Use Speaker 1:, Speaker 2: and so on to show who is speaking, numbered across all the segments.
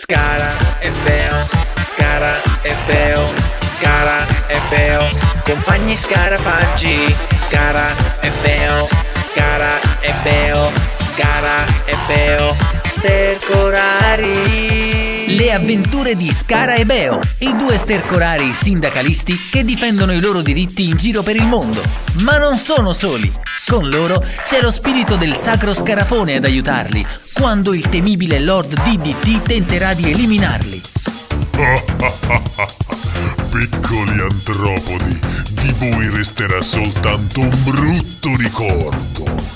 Speaker 1: Scara è feo, Scara è feo, Scara è feo, compagni scarafaggi, Scara è feo, Scara è feo, Scara è feo, stercorari.
Speaker 2: Le avventure di Scara e Beo, i due stercorari sindacalisti che difendono i loro diritti in giro per il mondo. Ma non sono soli. Con loro c'è lo spirito del sacro scarafone ad aiutarli quando il temibile Lord DDT tenterà di eliminarli.
Speaker 3: Piccoli antropodi, di voi resterà soltanto un brutto ricordo.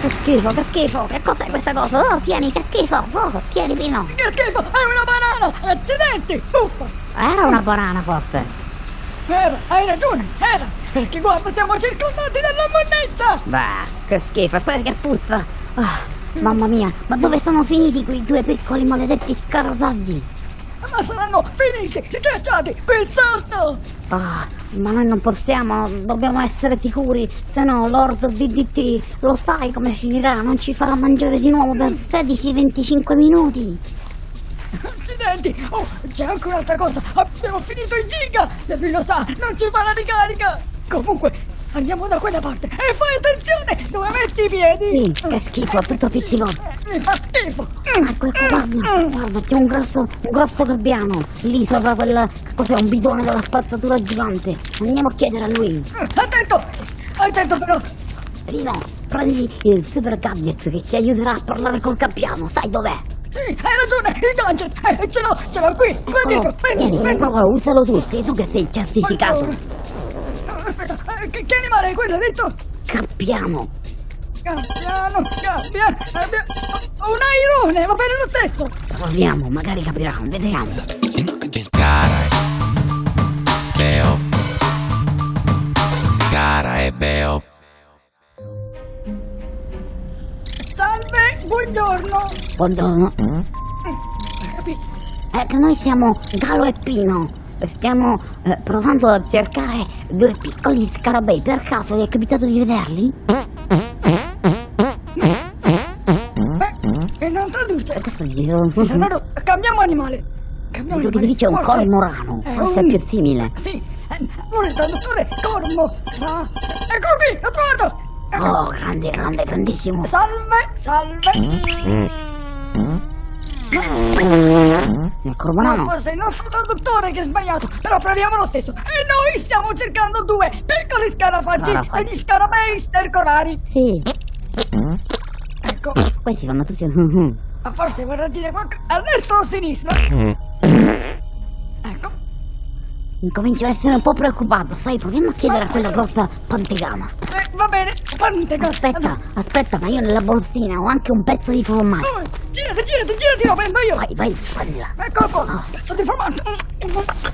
Speaker 4: Che schifo, che schifo, che cos'è questa cosa? Oh, tieni, che schifo, oh, tieni Pino.
Speaker 5: Che schifo! È una banana! Accidenti! Uffa!
Speaker 4: Era una banana forse.
Speaker 5: Era, hai ragione, era! Perché guarda, siamo circondati dalla monnezza!
Speaker 4: Bah, che schifo, e poi che puzza. Ah, mamma mia, ma dove sono finiti quei due piccoli maledetti scarosaggi?
Speaker 5: Ma saranno finiti, schiacciati, qui sotto!
Speaker 4: Ah, ma noi non possiamo, dobbiamo essere sicuri, se no Lord DDT lo sai come finirà, non ci farà mangiare di nuovo per 16-25 minuti.
Speaker 5: Accidenti! Oh, c'è anche un'altra cosa! Abbiamo finito il giga! Se lui lo sa, non ci fa la ricarica! Comunque, andiamo da quella parte e fai attenzione! Dove metti i piedi? Eh,
Speaker 4: Sì, che schifo, tutto appiccicoso.
Speaker 5: Mi fa schifo!
Speaker 4: Ecco, ecco, guarda, guarda, c'è un grosso, un grosso gabbiano lì sopra quel, cos'è, un bidone della spazzatura gigante. Andiamo a chiedere a lui.
Speaker 5: Attento! Attento però!
Speaker 4: Prima, prendi il super gadget che ci aiuterà a parlare col gabbiano, sai dov'è?
Speaker 5: Sì, hai ragione! Il gadget! Eh, ce l'ho, ce l'ho qui! Qua
Speaker 4: Oh.
Speaker 5: dietro! Prendi,
Speaker 4: Tieni,
Speaker 5: prendi!
Speaker 4: prova, usalo tu, sei tu che sei il certificato.
Speaker 5: Aspetta, eh, che, che animale è quello, hai detto?
Speaker 4: Gabbiano,
Speaker 5: Gabbiano, gabbiano, gabbiano. Oh, Un airone, va bene lo stesso!
Speaker 4: proviamo, magari capirà, vediamo.
Speaker 1: Scara è feo, Scara è feo.
Speaker 5: Salve, buongiorno! Eh,
Speaker 4: Buongiorno.
Speaker 5: Capito?
Speaker 4: Ecco, noi siamo Galo e Pino. Stiamo eh, provando a cercare due piccoli scarabei. Per caso vi è capitato di vederli? Mm,
Speaker 5: Eh, e non traduce!
Speaker 4: Questo gli sono
Speaker 5: Allora, cambiamo animale! Cambiamo
Speaker 4: Quello che si dice è un
Speaker 5: Forse-
Speaker 4: cormorano,
Speaker 5: eh,
Speaker 4: forse è
Speaker 5: un-
Speaker 4: più simile.
Speaker 5: Sì, eh, un traduttore cormo! Ah, Ecco qui, l'ho trovato! Ecco.
Speaker 4: Oh, grande, grande, grandissimo.
Speaker 5: Salve, salve!
Speaker 4: Il
Speaker 5: No,
Speaker 4: cormorano.
Speaker 5: forse il nostro traduttore che è sbagliato, però proviamo lo stesso. E noi stiamo cercando due piccoli scarafaggi
Speaker 4: Scarafaggi.
Speaker 5: e gli scarabei stercorari.
Speaker 4: Sì,
Speaker 5: Ecco,
Speaker 4: questi fanno tutti un...
Speaker 5: ma forse vorrà dire qualcosa a destra o a sinistra. Ecco,
Speaker 4: Incomincio a essere un po' preoccupato, sai, proviamo a chiedere a quella grossa pantegama.
Speaker 5: eh, va bene, panteca.
Speaker 4: Aspetta, aspetta, ma io nella borsina ho anche un pezzo di formaggio.
Speaker 5: Oh, girati, girati, girati, lo prendo io.
Speaker 4: Vai,
Speaker 5: Ecco,
Speaker 4: vai, prendila.
Speaker 5: Eccolo qua, pezzo di formaggio.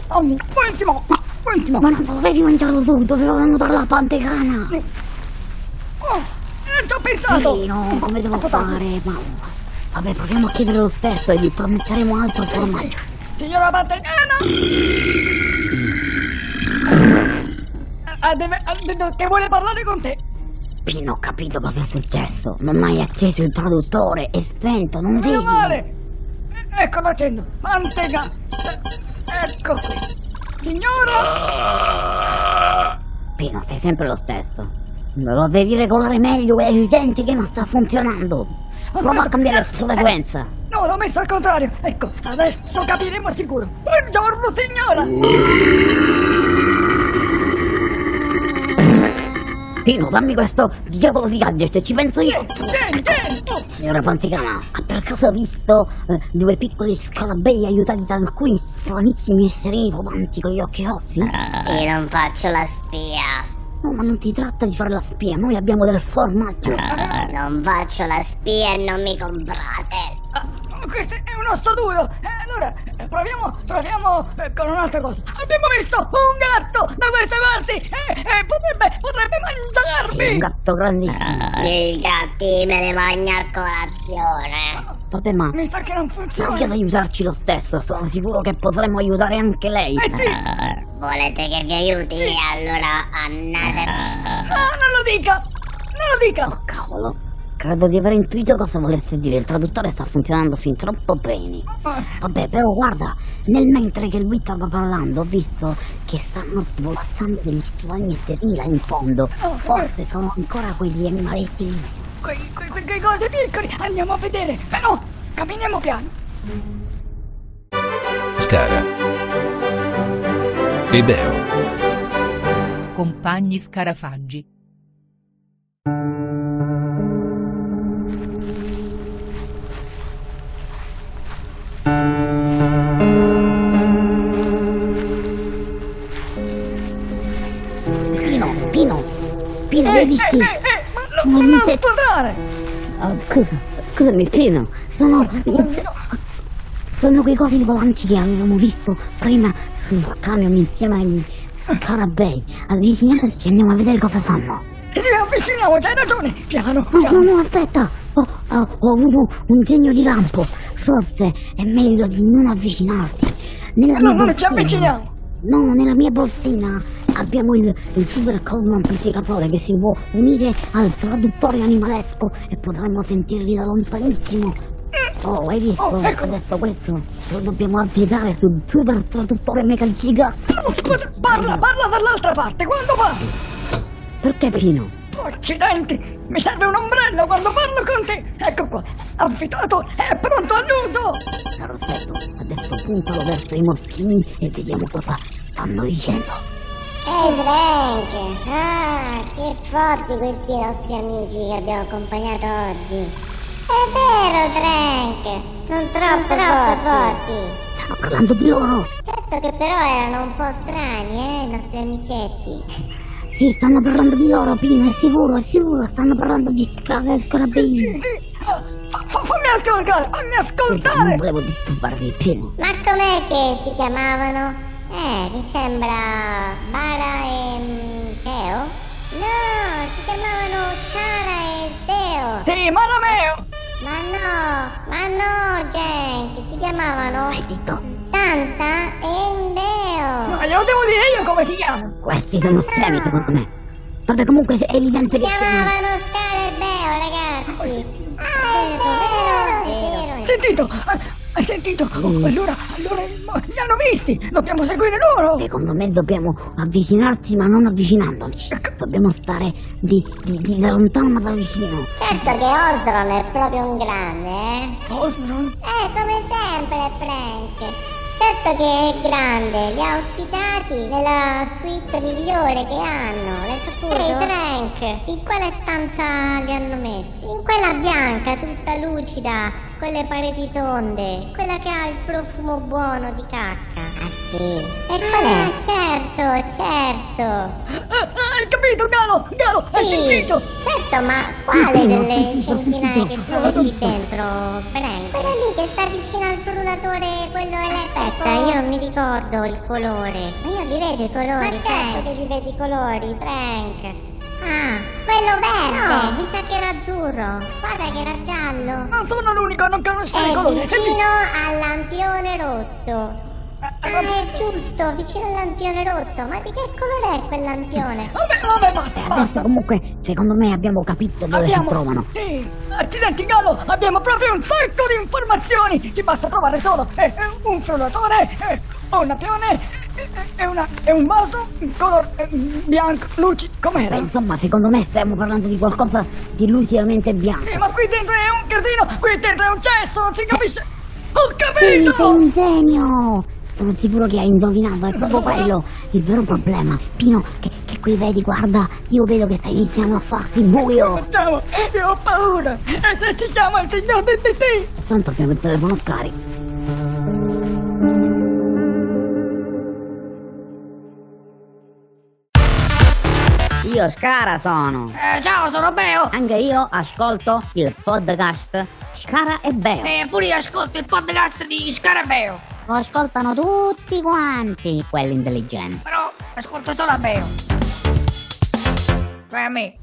Speaker 5: Oh, Buonissimo, buonissimo.
Speaker 4: Ma non potevi mangiarlo subito, dovevo annotare la pantegana.
Speaker 5: Oh, eh, ci ho pensato.
Speaker 4: Sì, no, come devo fare, mamma? Vabbè, proviamo a chiedere lo stesso e gli prometteremo altro formaggio.
Speaker 5: Signora eh, Patagana! Ah, deve- ha detto che vuole parlare con te.
Speaker 4: Pino, ho capito cosa è successo. Non hai acceso il traduttore, è spento, non vedi.
Speaker 5: Meno male! Eh, Ecco l'accendo. Mantega! Eh, Ecco qui. Signora!
Speaker 4: Pino, sei sempre lo stesso. Lo devi regolare meglio, è evidente che non sta funzionando. Prova a
Speaker 5: Aspetta,
Speaker 4: cambiare la
Speaker 5: eh,
Speaker 4: frequenza.
Speaker 5: No, l'ho messo al contrario. Ecco, adesso capiremo sicuro. Buongiorno, signora!
Speaker 4: Uh. Pino, dammi questo diavolo di gadget, ci penso io.
Speaker 5: Tieni, tieni, tieni! Oh,
Speaker 4: Signora Pantegana, ha per caso visto eh, due piccoli scarabei aiutati da alcuni stranissimi esserini rodanti con gli occhi rossi?
Speaker 5: Eh.
Speaker 6: Io non faccio la spia.
Speaker 4: No, ma non si tratta di fare la spia, noi abbiamo del formaggio.
Speaker 5: Eh.
Speaker 6: Non faccio la spia e non mi comprate.
Speaker 5: ah, Questo è un osso duro! Eh, allora, eh, proviamo, proviamo eh, con un'altra cosa. Abbiamo visto un gatto da queste parti! Eh, eh, potrebbe, potrebbe
Speaker 4: È un
Speaker 5: mangiarmi! Eh.
Speaker 4: gatto grandissimo.
Speaker 6: I gatti me li magno a colazione.
Speaker 4: parte ma
Speaker 5: Mi sa che non funziona.
Speaker 4: cerca di aiutarci lo stesso, sono sicuro che potremmo aiutare anche lei.
Speaker 5: Eh sì!
Speaker 6: Volete che vi aiuti? Allora
Speaker 4: Eh,
Speaker 6: andate.
Speaker 5: No, Ah, non lo dica! Non lo dica!
Speaker 4: Oh cavolo, credo di aver intuito cosa volesse dire, il traduttore sta funzionando fin troppo bene.
Speaker 5: Ah.
Speaker 4: Vabbè, però guarda, nel mentre che lui stava parlando ho visto che stanno svolazzando degli stagnettini là in fondo.
Speaker 5: Oh.
Speaker 4: Forse sono ancora quegli animaletti lì.
Speaker 5: Quei, quei, quei, quei cose piccoli, andiamo a vedere. Però, camminiamo piano.
Speaker 2: Scara e Beo.
Speaker 7: Compagni scarafaggi.
Speaker 4: Pino, Pino, Pino,
Speaker 5: Eh,
Speaker 4: l'hai
Speaker 5: eh,
Speaker 4: visto?
Speaker 5: eh, eh, ma no-
Speaker 4: Non
Speaker 5: non,
Speaker 4: mi
Speaker 5: non
Speaker 4: sento-
Speaker 5: sputare!
Speaker 4: Oh, scusa, scusami Pino, sono, sono quei cosi volanti che avevamo visto prima sul camion insieme agli scarabei. Avviciniamoci e andiamo a vedere cosa fanno.
Speaker 5: eh, Sì, avviciniamoci, hai ragione! Piano,
Speaker 4: No, no,
Speaker 5: piano!
Speaker 4: no, aspetta! Ho, ho- ho avuto un segno di lampo. Forse è meglio di non avvicinarti. Nella
Speaker 5: No,
Speaker 4: mia
Speaker 5: non ci
Speaker 4: borsina-
Speaker 5: avviciniamo!
Speaker 4: No, nella mia borsina abbiamo il, il super colmo amplificatore che si può unire al traduttore animalesco e potremmo sentirli da lontanissimo. Oh, hai visto?
Speaker 5: Oh, ecco.
Speaker 4: Adesso questo lo dobbiamo applicare sul super traduttore mega giga.
Speaker 5: No, scusa, parla, parla dall'altra parte, quando parli!
Speaker 4: Perché Pino?
Speaker 5: Accidenti! Mi serve un ombrello quando parlo con te! Ecco qua, affittato è pronto all'uso!
Speaker 4: Perfetto, adesso puntalo verso i moschini e vediamo cosa stanno dicendo.
Speaker 6: Ehi Frank! Ah, che forti questi nostri amici che abbiamo accompagnato oggi! È vero, Frank! Sono troppo, forti.
Speaker 4: Stanno parlando di loro!
Speaker 6: Certo che però erano un po' strani, eh, i nostri amicetti.
Speaker 4: Sì, stanno parlando di loro, Pino, è sicuro, è sicuro, stanno parlando di scala e scarabini.
Speaker 5: Fa- fa- fammi ascoltare,
Speaker 4: Scusa,
Speaker 5: fammi
Speaker 4: Non
Speaker 5: ascoltare!
Speaker 4: volevo disturbarvi, Pino.
Speaker 6: Ma com'è che si chiamavano? Eh, mi sembra Bara e mm, Cheo? No, si chiamavano Ciara e Steo.
Speaker 5: Sì, Marameo!
Speaker 6: Ma no, ma no, Jack, si chiamavano
Speaker 4: Vai zitto,
Speaker 6: Tanta e Indeo.
Speaker 5: Ma glielo devo dire io come ti chiamo!
Speaker 4: questi sono scemi, secondo me. Vabbè, comunque è evidente
Speaker 6: Si
Speaker 4: che...
Speaker 6: chiamavano Scar e Beo, ragazzi. Ah, è vero, è vero.
Speaker 5: Sentito! eh, Hai sentito?
Speaker 4: Mm.
Speaker 5: Allora, allora, mo- li hanno visti! Dobbiamo seguire loro!
Speaker 4: Secondo me dobbiamo avvicinarci ma non avvicinandoci. Dobbiamo stare di, di, di da lontano ma da vicino.
Speaker 6: Certo che Osron è proprio un grande, eh.
Speaker 5: Osron!
Speaker 6: Eh, come sempre, Frank. Certo che è grande, li ha ospitati nella suite migliore che hanno, l'hai saputo? Ehi, Frank, in quale stanza li hanno messi? In quella bianca, tutta lucida, con le pareti tonde, quella che ha il profumo buono di cacca. Ah, sì? E qual è? certo, certo.
Speaker 5: Eh, eh, Hai capito, Galo? Galo, hai sentito?
Speaker 6: certo, ma quale
Speaker 4: Sentito,
Speaker 6: delle
Speaker 4: sentito,
Speaker 6: centinaia
Speaker 4: sentito.
Speaker 6: che sono lì dentro, Frank? Quello lì che sta vicino al frullatore, quello Aspetta, io non mi ricordo il colore. Ma io li vedo i colori, Ma certo che li vedi i colori, Frank. Ah, quello verde. mi sa che era azzurro. Guarda che era giallo.
Speaker 5: Non sono l'unico a non conoscere
Speaker 4: Eh,
Speaker 5: i
Speaker 6: È
Speaker 5: colori! Senti,
Speaker 6: vicino al lampione rotto. Ah, è giusto, vicino al lampione rotto. Ma di che colore è quel lampione?
Speaker 5: Vabbè, vabbè, basta, basta!
Speaker 4: Adesso comunque, secondo me abbiamo capito dove si trovano.
Speaker 5: Sì. Accidenti, Gallo! Abbiamo proprio un sacco di informazioni! Ci basta trovare solo eh, un frullatore, eh, un lampione eh, e una- e un vaso color eh, bianco, luci,
Speaker 4: Beh,
Speaker 5: com'era?
Speaker 4: insomma, secondo me stiamo parlando di qualcosa di lucidamente bianco.
Speaker 5: Sì, Eh, ma qui dentro è un casino! Qui dentro è un cesso, non si capisce! Ho
Speaker 4: Sì, sei
Speaker 5: capito!
Speaker 4: un genio! Sono sicuro che hai indovinato, è proprio quello il vero problema. Pino, che, che qui vedi, guarda, io vedo che stai iniziando a farti buio.
Speaker 5: Andiamo, io ho paura! E se ci chiama il signor DDT?
Speaker 4: Tanto abbiamo il telefono scarico. Io Scara sono.
Speaker 5: Eh, ciao, sono Beo!
Speaker 4: Anche io ascolto il podcast Scara e Beo.
Speaker 5: E pure io ascolto il podcast di Scarabeo!
Speaker 4: Lo ascoltano tutti quanti quelli intelligenti.
Speaker 5: Però ascolto solo a Beo. Cioè a me.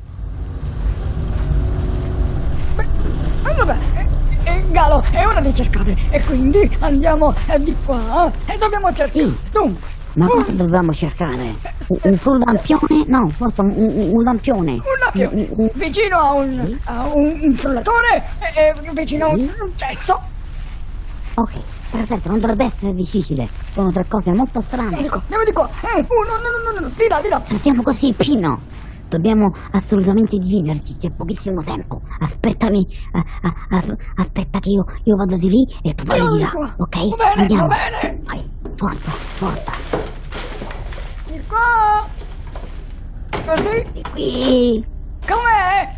Speaker 5: Allora, eh, eh, Galo, è ora di cercare. E quindi andiamo eh, di qua eh, e dobbiamo cercare.
Speaker 4: Sì.
Speaker 5: Dunque,
Speaker 4: Ma
Speaker 5: un-
Speaker 4: cosa dobbiamo cercare? Un, un full lampione? No, forse un, un- un lampione. Mm,
Speaker 5: un
Speaker 4: Un-
Speaker 5: lapio
Speaker 4: un-
Speaker 5: vicino a un, a un, un frullatore e, e vicino a un, un cesso.
Speaker 4: Ok, perfetto, non dovrebbe essere difficile. Sono tre cose molto
Speaker 5: Andiamo di
Speaker 4: strane.
Speaker 5: qua, andiamo di qua. Eh, uno, no, no, no, no, no, di là, di là.
Speaker 4: Partiamo così, Pino. Dobbiamo assolutamente dividerci, c'è pochissimo tempo. Aspettami, a- a- as- aspetta che io, io vado di lì e tu vai di
Speaker 5: Andiamo di
Speaker 4: là,
Speaker 5: qua.
Speaker 4: ok?
Speaker 5: Va bene,
Speaker 4: Andiamo.
Speaker 5: va bene.
Speaker 4: Vai, forza, forza.
Speaker 5: Di qua. Così.
Speaker 4: E qui,
Speaker 5: Com'è?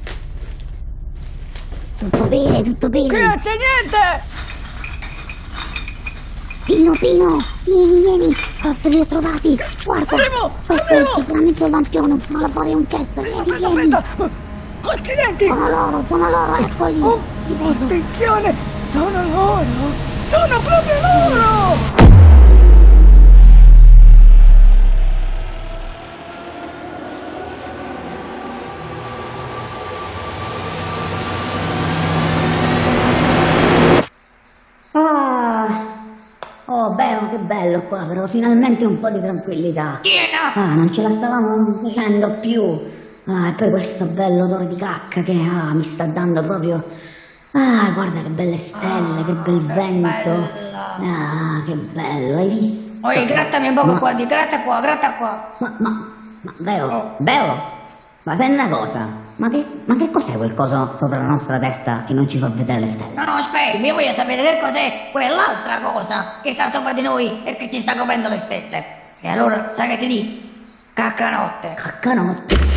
Speaker 4: tutto bene, tutto
Speaker 5: Qui non
Speaker 4: bene.
Speaker 5: c'è niente.
Speaker 4: Pino, Pino, vieni, vieni, forse li ho trovati. Guarda,
Speaker 5: Arrivo,
Speaker 4: questo è
Speaker 5: arrivo.
Speaker 4: sicuramente un lampione, un frullatore e un cazzo. Vieni,
Speaker 5: Aspetta,
Speaker 4: vieni.
Speaker 5: aspetta. Accidenti.
Speaker 4: Sono loro, sono loro, ecco eccoli.
Speaker 5: Oh,
Speaker 4: Ti vedo.
Speaker 5: attenzione. Sono loro. Sono proprio loro.
Speaker 4: Ah, oh bello, che bello qua, però finalmente un po' di tranquillità. Ah, non ce la stavamo facendo più.
Speaker 5: Oh.
Speaker 4: Ah, e poi questo bello odore di cacca che ah, mi sta dando proprio... Ah, guarda che belle stelle, che bel vento. Ah, che bello, hai visto?
Speaker 8: Oi, grattami un poco
Speaker 4: Ma-
Speaker 8: qua, di gratta qua, gratta qua.
Speaker 4: Ma, ma, ma,
Speaker 8: Oh.
Speaker 4: Beo, Beo, ma per una cosa, ma che, ma che cos'è quel coso sopra la nostra testa che non ci fa vedere le stelle?
Speaker 8: No, no, aspetta, io voglio sapere che cos'è quell'altra cosa che sta sopra di noi e che ci sta coprendo le stelle. E allora, sai che ti dico? Caccanotte.
Speaker 4: Caccanotte.